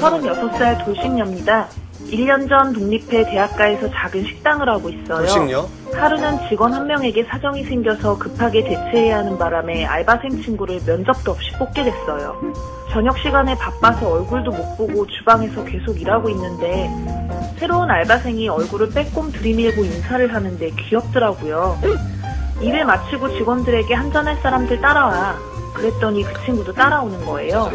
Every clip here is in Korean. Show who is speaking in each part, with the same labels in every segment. Speaker 1: 36살 돌싱녀입니다. 1년 전 독립해 대학가에서 작은 식당을 하고 있어요.
Speaker 2: 돌싱녀?
Speaker 1: 하루는 직원 한 명에게 사정이 생겨서 급하게 대체해야 하는 바람에 알바생 친구를 면접도 없이 뽑게 됐어요. 저녁 시간에 바빠서 얼굴도 못 보고 주방에서 계속 일하고 있는데 새로운 알바생이 얼굴을 빼꼼 들이밀고 인사를 하는데 귀엽더라고요. 일을 마치고 직원들에게 한잔할 사람들 따라와. 그랬더니 그 친구도 따라오는 거예요.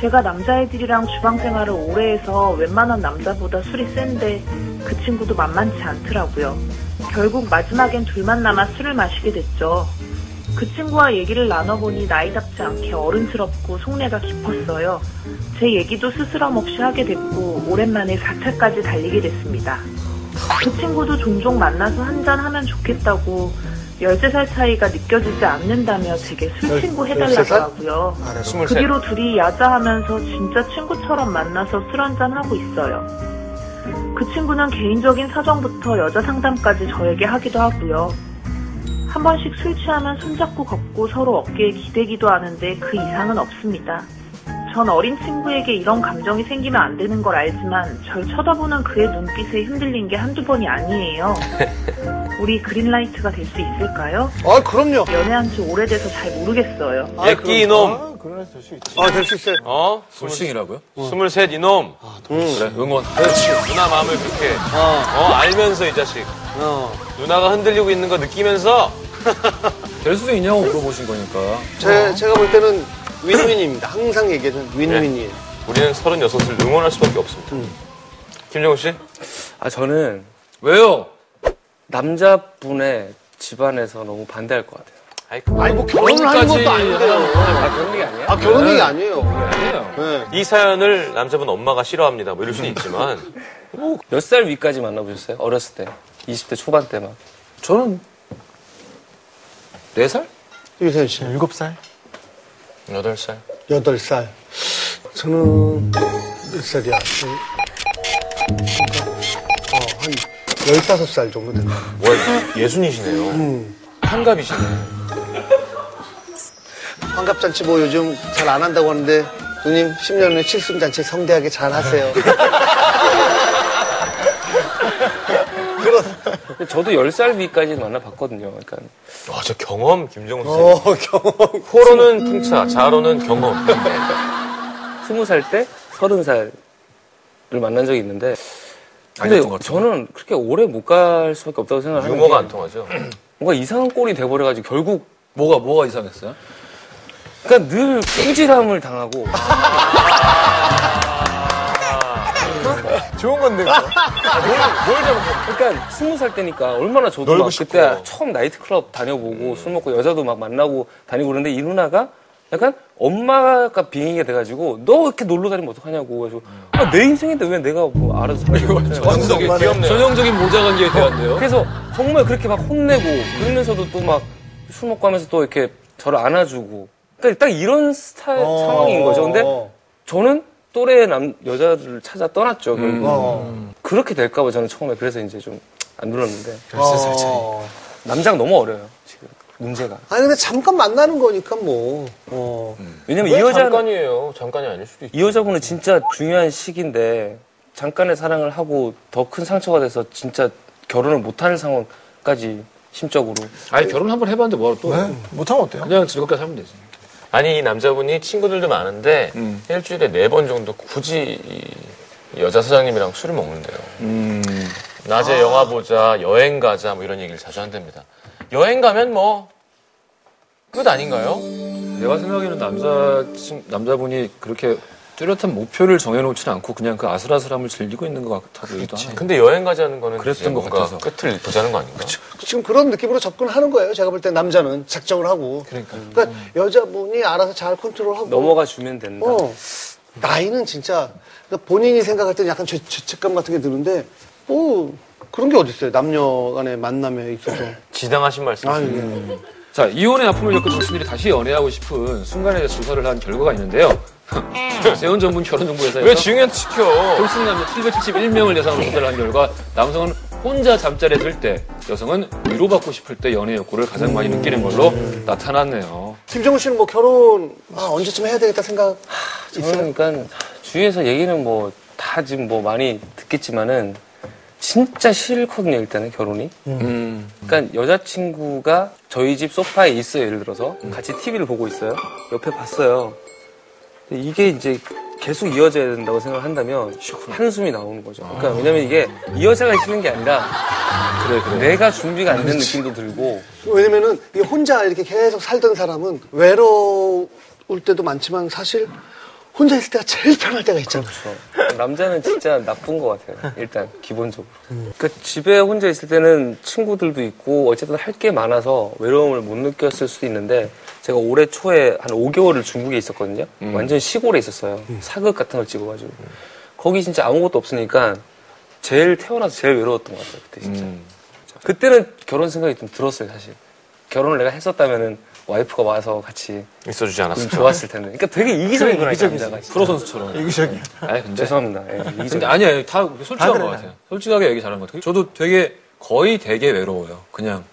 Speaker 1: 제가 남자애들이랑 주방 생활을 오래 해서 웬만한 남자보다 술이 센데 그 친구도 만만치 않더라고요. 결국 마지막엔 둘만 남아 술을 마시게 됐죠. 그 친구와 얘기를 나눠보니 나이답지 않게 어른스럽고 속내가 깊었어요. 제 얘기도 스스럼 없이 하게 됐고 오랜만에 4차까지 달리게 됐습니다. 그 친구도 종종 만나서 한잔하면 좋겠다고 13살 차이가 느껴지지 않는다며 제게
Speaker 2: 열-
Speaker 1: 술친구
Speaker 2: 열세 살?
Speaker 1: 해달라고 하고요.
Speaker 3: 네,
Speaker 2: 아래로.
Speaker 1: 그
Speaker 3: 23.
Speaker 1: 뒤로 둘이 야자하면서 진짜 친구처럼 만나서 술 한잔 하고 있어요. 그 친구는 개인적인 사정부터 여자 상담까지 저에게 하기도 하고요. 한 번씩 술 취하면 손잡고 걷고 서로 어깨에 기대기도 하는데 그 이상은 없습니다. 전 어린 친구에게 이런 감정이 생기면 안 되는 걸 알지만 절 쳐다보는 그의 눈빛에 흔들린 게 한두 번이 아니에요. 우리 그린라이트가 될 수 있을까요?
Speaker 2: 아, 그럼요.
Speaker 1: 연애한 지 오래돼서 잘 모르겠어요.
Speaker 3: 애끼 예, 그 이놈.
Speaker 2: 그러나 될수 있죠. 아, 될 수 있어요.
Speaker 3: 어?
Speaker 4: 돌싱이라고요?
Speaker 3: 스물셋 이놈.
Speaker 4: 그래, 응원.
Speaker 3: 누나 마음을 그렇게.
Speaker 2: 아,
Speaker 3: 어, 알면서 이 자식.
Speaker 2: 어.
Speaker 3: 누나가 흔들리고 있는 거 느끼면서
Speaker 4: 될 수도 있냐고 물어보신 거니까.
Speaker 2: 제, 제가 볼 때는 윈윈입니다. 항상 얘기해주는 윈윈이에요.
Speaker 3: 우리는 36을 응원할 수밖에 없습니다. 김정우 씨?
Speaker 5: 아 저는
Speaker 4: 왜요?
Speaker 5: 남자분의 집안에서 너무 반대할 것 같아요.
Speaker 3: 아이,
Speaker 2: 아니, 뭐 결혼을 하는 것도 아닌데요.
Speaker 5: 아 그런 얘기 아니에요?
Speaker 2: 아, 결혼 얘기 아니에요.
Speaker 4: 아니에요.
Speaker 2: 네.
Speaker 3: 이 사연을 남자분 엄마가 싫어합니다. 뭐 이럴 수는 있지만.
Speaker 5: 몇 살 위까지 만나보셨어요? 어렸을 때, 20대 초반 때만.
Speaker 4: 저는 4살?
Speaker 2: 유세윤 씨는?
Speaker 6: 7살?
Speaker 4: 8살.
Speaker 2: 8살. 저는 몇 살이야? 그- 어, 한 15살 정도 됐나?
Speaker 3: 와, 예순이시네요.
Speaker 4: 환갑이시네.
Speaker 2: 환갑잔치 뭐 요즘 잘 안 한다고 하는데 누님 10년의 칠순잔치 성대하게 잘 하세요.
Speaker 5: 근데 저도 10살 위까지 만나봤거든요. 그러니까
Speaker 3: 와, 저 아, 경험, 김정우 씨.
Speaker 2: 어, 경험.
Speaker 3: 호로는 풍차, 자로는 경험.
Speaker 5: 20살 때 30살을 만난 적이 있는데 근데
Speaker 4: 아니었던 것 같은데.
Speaker 5: 저는 그렇게 오래 못 갈 수밖에 없다고 생각하는
Speaker 3: 유머가
Speaker 5: 게
Speaker 3: 안 통하죠.
Speaker 5: 뭔가 이상한 꼴이 돼버려가지고 결국
Speaker 4: 뭐가, 뭐가 이상했어요?
Speaker 5: 그러니까 늘 꾸지람을 당하고
Speaker 4: 좋은 건데.
Speaker 5: 그러니까 스무 살 때니까 얼마나 저도
Speaker 3: 놀고
Speaker 5: 막
Speaker 3: 싶고.
Speaker 5: 그때 처음 나이트클럽 다녀보고 술 먹고 여자도 막 만나고 다니고 그러는데 이 누나가 약간 엄마가 빙의가 돼가지고 너 이렇게 놀러 다니면 어떡하냐고 그래서 아, 내 인생인데 왜 내가 뭐 알아서 살고
Speaker 4: 전형적인, 전형적인 모자 관계에 대한데요.
Speaker 5: 그래서 정말 그렇게 막 혼내고 그러면서도 또 막 술 먹고 하면서 또 이렇게 저를 안아주고 그러니까 딱 이런 스타일
Speaker 2: 어.
Speaker 5: 상황인 거죠 근데 저는 또래 남 여자를 음. 찾아 떠났죠 결국
Speaker 2: 어.
Speaker 5: 그렇게 될까봐 저는 처음에 그래서 이제 좀 안 눌렀는데
Speaker 4: 13살 차이.
Speaker 2: 어.
Speaker 5: 남자가 너무 어려요 지금 문제가
Speaker 2: 아니 근데 잠깐 만나는 거니까 뭐. 어.
Speaker 5: 왜냐면 이 여자 는
Speaker 3: 잠깐이에요. 잠깐이 아닐 수도 있죠.
Speaker 5: 이 여자분은 진짜 중요한 시기인데 잠깐의 사랑을 하고 더 큰 상처가 돼서 진짜 결혼을 못하는 상황까지 심적으로
Speaker 4: 아니, 결혼 한번 해봤는데 뭐하러 또.
Speaker 6: 네? 못하면 어때요?
Speaker 4: 그냥 즐겁게 살면 되지.
Speaker 3: 아니 이 남자분이 친구들도 많은데
Speaker 4: 음.
Speaker 3: 일주일에 네 번 정도 굳이 이 여자 사장님이랑 술을 먹는데요.
Speaker 4: 음.
Speaker 3: 낮에
Speaker 4: 아.
Speaker 3: 영화 보자, 여행 가자 뭐 이런 얘기를 자주 한답니다. 여행 가면 뭐 끝 아닌가요?
Speaker 4: 내가 생각에는 남자, 친- 남자분이 그렇게 뚜렷한 목표를 정해놓지는 않고 그냥 그 아슬아슬함을 즐기고 있는 것 같아요.
Speaker 3: 근데 여행 가자는 거는
Speaker 4: 그랬던
Speaker 3: 이제
Speaker 4: 것
Speaker 3: 뭔가
Speaker 4: 같아서.
Speaker 3: 끝을 보자는 거 아닌가?
Speaker 2: 지금 그런 느낌으로 접근하는 거예요. 제가 볼 때 남자는 작정을 하고.
Speaker 4: 그러니까.
Speaker 2: 여자분이 알아서 잘 컨트롤하고.
Speaker 5: 넘어가 주면 된다.
Speaker 2: 어. 나이는 진짜 그러니까 본인이 생각할 때는 약간 죄, 죄책감 같은 게 드는데 뭐 그런 게 어딨어요. 남녀 간의 만남에 있어서. 음.
Speaker 3: 지당하신 말씀.
Speaker 4: 예.
Speaker 2: 아유.
Speaker 3: 이
Speaker 4: 자, 이혼의 아픔을 겪은 당신들이 다시 연애하고 싶은 순간에 대해서 조사를 한 결과가 있는데요. 세운전문 결혼정보회사에서
Speaker 3: 왜 증연 시켜?
Speaker 4: 돌싱 남자 771명을 대상으로 조사를 한 결과 남성은 혼자 잠자리에 들 때, 여성은 위로받고 싶을 때 연애 욕구를 가장 많이 느끼는 걸로 나타났네요.
Speaker 2: 김정은 씨는 뭐 결혼 아, 언제쯤 해야 되겠다 생각
Speaker 5: 저는 그러니까 주위에서 얘기는 뭐 다 지금 뭐 많이 듣겠지만은 진짜 싫거든요 일단은 결혼이.
Speaker 4: 음.
Speaker 5: 그러니까 여자친구가 저희 집 소파에 있어요 예를 들어서 같이 TV를 보고 있어요 옆에 봤어요. 근데 이게 이제 계속 이어져야 된다고 생각을 한다면 한숨이 나오는 거죠. 그러니까 왜냐면 이게 이 여자가 싫은 게 아니라 내가 준비가 안 된 느낌도 들고
Speaker 2: 왜냐면은 이 혼자 이렇게 계속 살던 사람은 외로울 때도 많지만 사실 혼자 있을 때가 제일 편할 때가 있잖아.
Speaker 5: 그렇죠. 남자는 진짜 나쁜 것 같아요. 일단 기본적으로. 그러니까 집에 혼자 있을 때는 친구들도 있고 어쨌든 할 게 많아서 외로움을 못 느꼈을 수도 있는데 제가 올해 초에 한 5개월을 중국에 있었거든요.
Speaker 4: 음.
Speaker 5: 완전 시골에 있었어요. 사극 같은 걸 찍어가지고 거기 진짜 아무것도 없으니까 제일 태어나서 제일 외로웠던 것 같아요. 그때 진짜.
Speaker 4: 음.
Speaker 5: 그때는 결혼 생각이 좀 들었어요, 사실. 결혼을 내가 했었다면은 와이프가 와서 같이
Speaker 3: 있어주지
Speaker 5: 그럼
Speaker 4: 아,
Speaker 3: 않았으면
Speaker 5: 좋았을 텐데. 그러니까 되게 이기적인 거라니까 남자가.
Speaker 4: 프로 선수처럼.
Speaker 6: 이기적이야.
Speaker 4: 아니 근데
Speaker 5: 죄송합니다. 예, 이기적인
Speaker 4: 근데 아니에요. 다 솔직한 것
Speaker 6: 그래요.
Speaker 4: 같아요. 솔직하게 얘기 잘하는 것 같아요. 저도 되게 거의 되게 외로워요. 그냥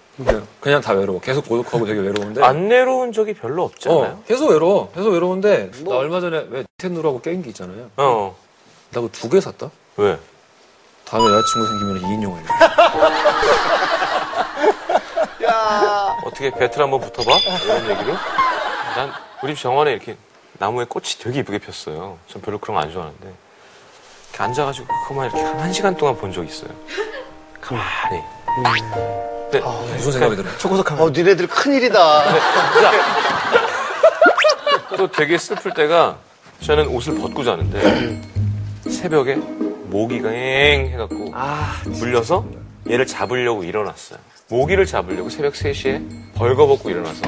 Speaker 4: 그냥 다 외로워. 계속 고독하고 되게 외로운데.
Speaker 3: 안 내려온 적이 별로 없지 않나요?
Speaker 4: 어, 계속 외로워. 계속 외로운데
Speaker 5: 뭐.
Speaker 4: 나 얼마 전에 왜 닌텐도라고 게임기 있잖아요.
Speaker 3: 어.
Speaker 4: 나 그거 두 개 샀다.
Speaker 3: 왜?
Speaker 4: 다음에 여자친구 생기면 2인용을.
Speaker 3: 어떻게 배틀 한번 붙어봐? 이런 얘기로? 난 우리 집 정원에 이렇게 나무에 꽃이 되게 이쁘게 폈어요. 전 별로 그런 거 안 좋아하는데. 이렇게 앉아가지고 그만 이렇게 한, 한 시간 동안 본 적 있어요. 가만히. 근데
Speaker 4: 무슨 생각이
Speaker 5: 그러니까.
Speaker 4: 들어요?
Speaker 6: 초고속하면.
Speaker 2: 어, 니네들 큰일이다.
Speaker 3: 또 되게 슬플 때가 저는 옷을 벗고 자는데 새벽에 모기가 엥 해갖고
Speaker 6: 아,
Speaker 3: 물려서 얘를 잡으려고 일어났어요. 모기를 잡으려고 새벽 3시에 벌거벗고 일어나서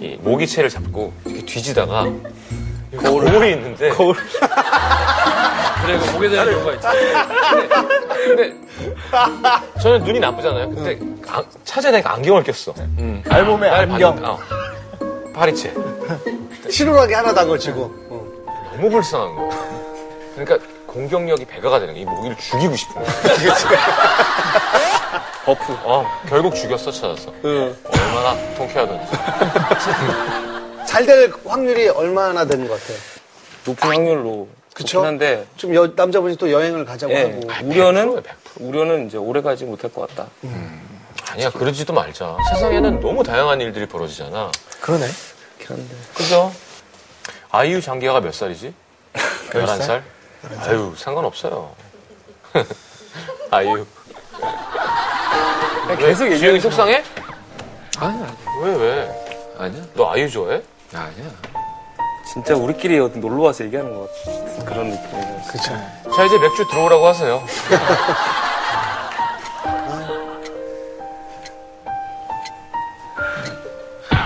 Speaker 3: 이 모기채를 잡고 이렇게 뒤지다가 거울, 이 있는데 거울.
Speaker 4: 그래, 그 목에 대한 경우가 있지.
Speaker 3: 근데 저는 눈이 나쁘잖아요. 근데 안- 찾아내니까 안경을 꼈어.
Speaker 6: 네. 알몸에
Speaker 3: 날
Speaker 6: 안경.
Speaker 3: 봤는데, 어. 파리채.
Speaker 2: 실오하게 하나 당걸치고. 어.
Speaker 3: 너무 불쌍한 거야. 그러니까 공격력이 배가가 되는 거야. 이 모기를 죽이고 싶은 거야. 버프. 어, 결국 죽였어, 찾아서. 얼마나 통쾌하던지.
Speaker 2: 잘 될 확률이 얼마나 되는 것 같아요?
Speaker 5: 높은 확률로
Speaker 2: 그쵸? 아, 뭐.
Speaker 5: 높긴 한데
Speaker 2: 좀 여- 남자분이 또 여행을 가자고
Speaker 5: 예,
Speaker 2: 하고.
Speaker 3: 100%예요,
Speaker 5: 우려는
Speaker 3: 100%.
Speaker 5: 우려는 이제 오래 가지 못할 것 같다.
Speaker 3: 아니야, 그러지도 말자. 세상에는 너무 다양한 일들이 벌어지잖아.
Speaker 6: 그러네.
Speaker 5: 그렇긴 한데
Speaker 3: 그죠? 아이유 장기하가 몇 살이지? 11살? 아유, 상관없어요. 아이유. 계속 얘기해. 지영이 속상해?
Speaker 4: 아니야,
Speaker 3: 왜, 왜?
Speaker 4: 아니야,
Speaker 3: 너 아이유 좋아해?
Speaker 4: 아니야.
Speaker 5: 진짜 우리끼리 어디 놀러 와서 얘기하는 것 같은 그런 느낌이에요.
Speaker 6: 그쵸.
Speaker 3: 자, 이제 맥주 들어오라고 하세요.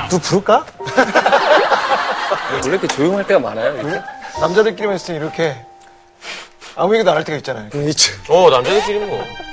Speaker 6: 누 부를까?
Speaker 5: 원래 이렇게 조용할 때가 많아요. 이렇게?
Speaker 6: 남자들끼리만 있을 때 이렇게 아무 얘기도 안 할 때가 있잖아요.
Speaker 3: 어, 남자들끼리는 뭐.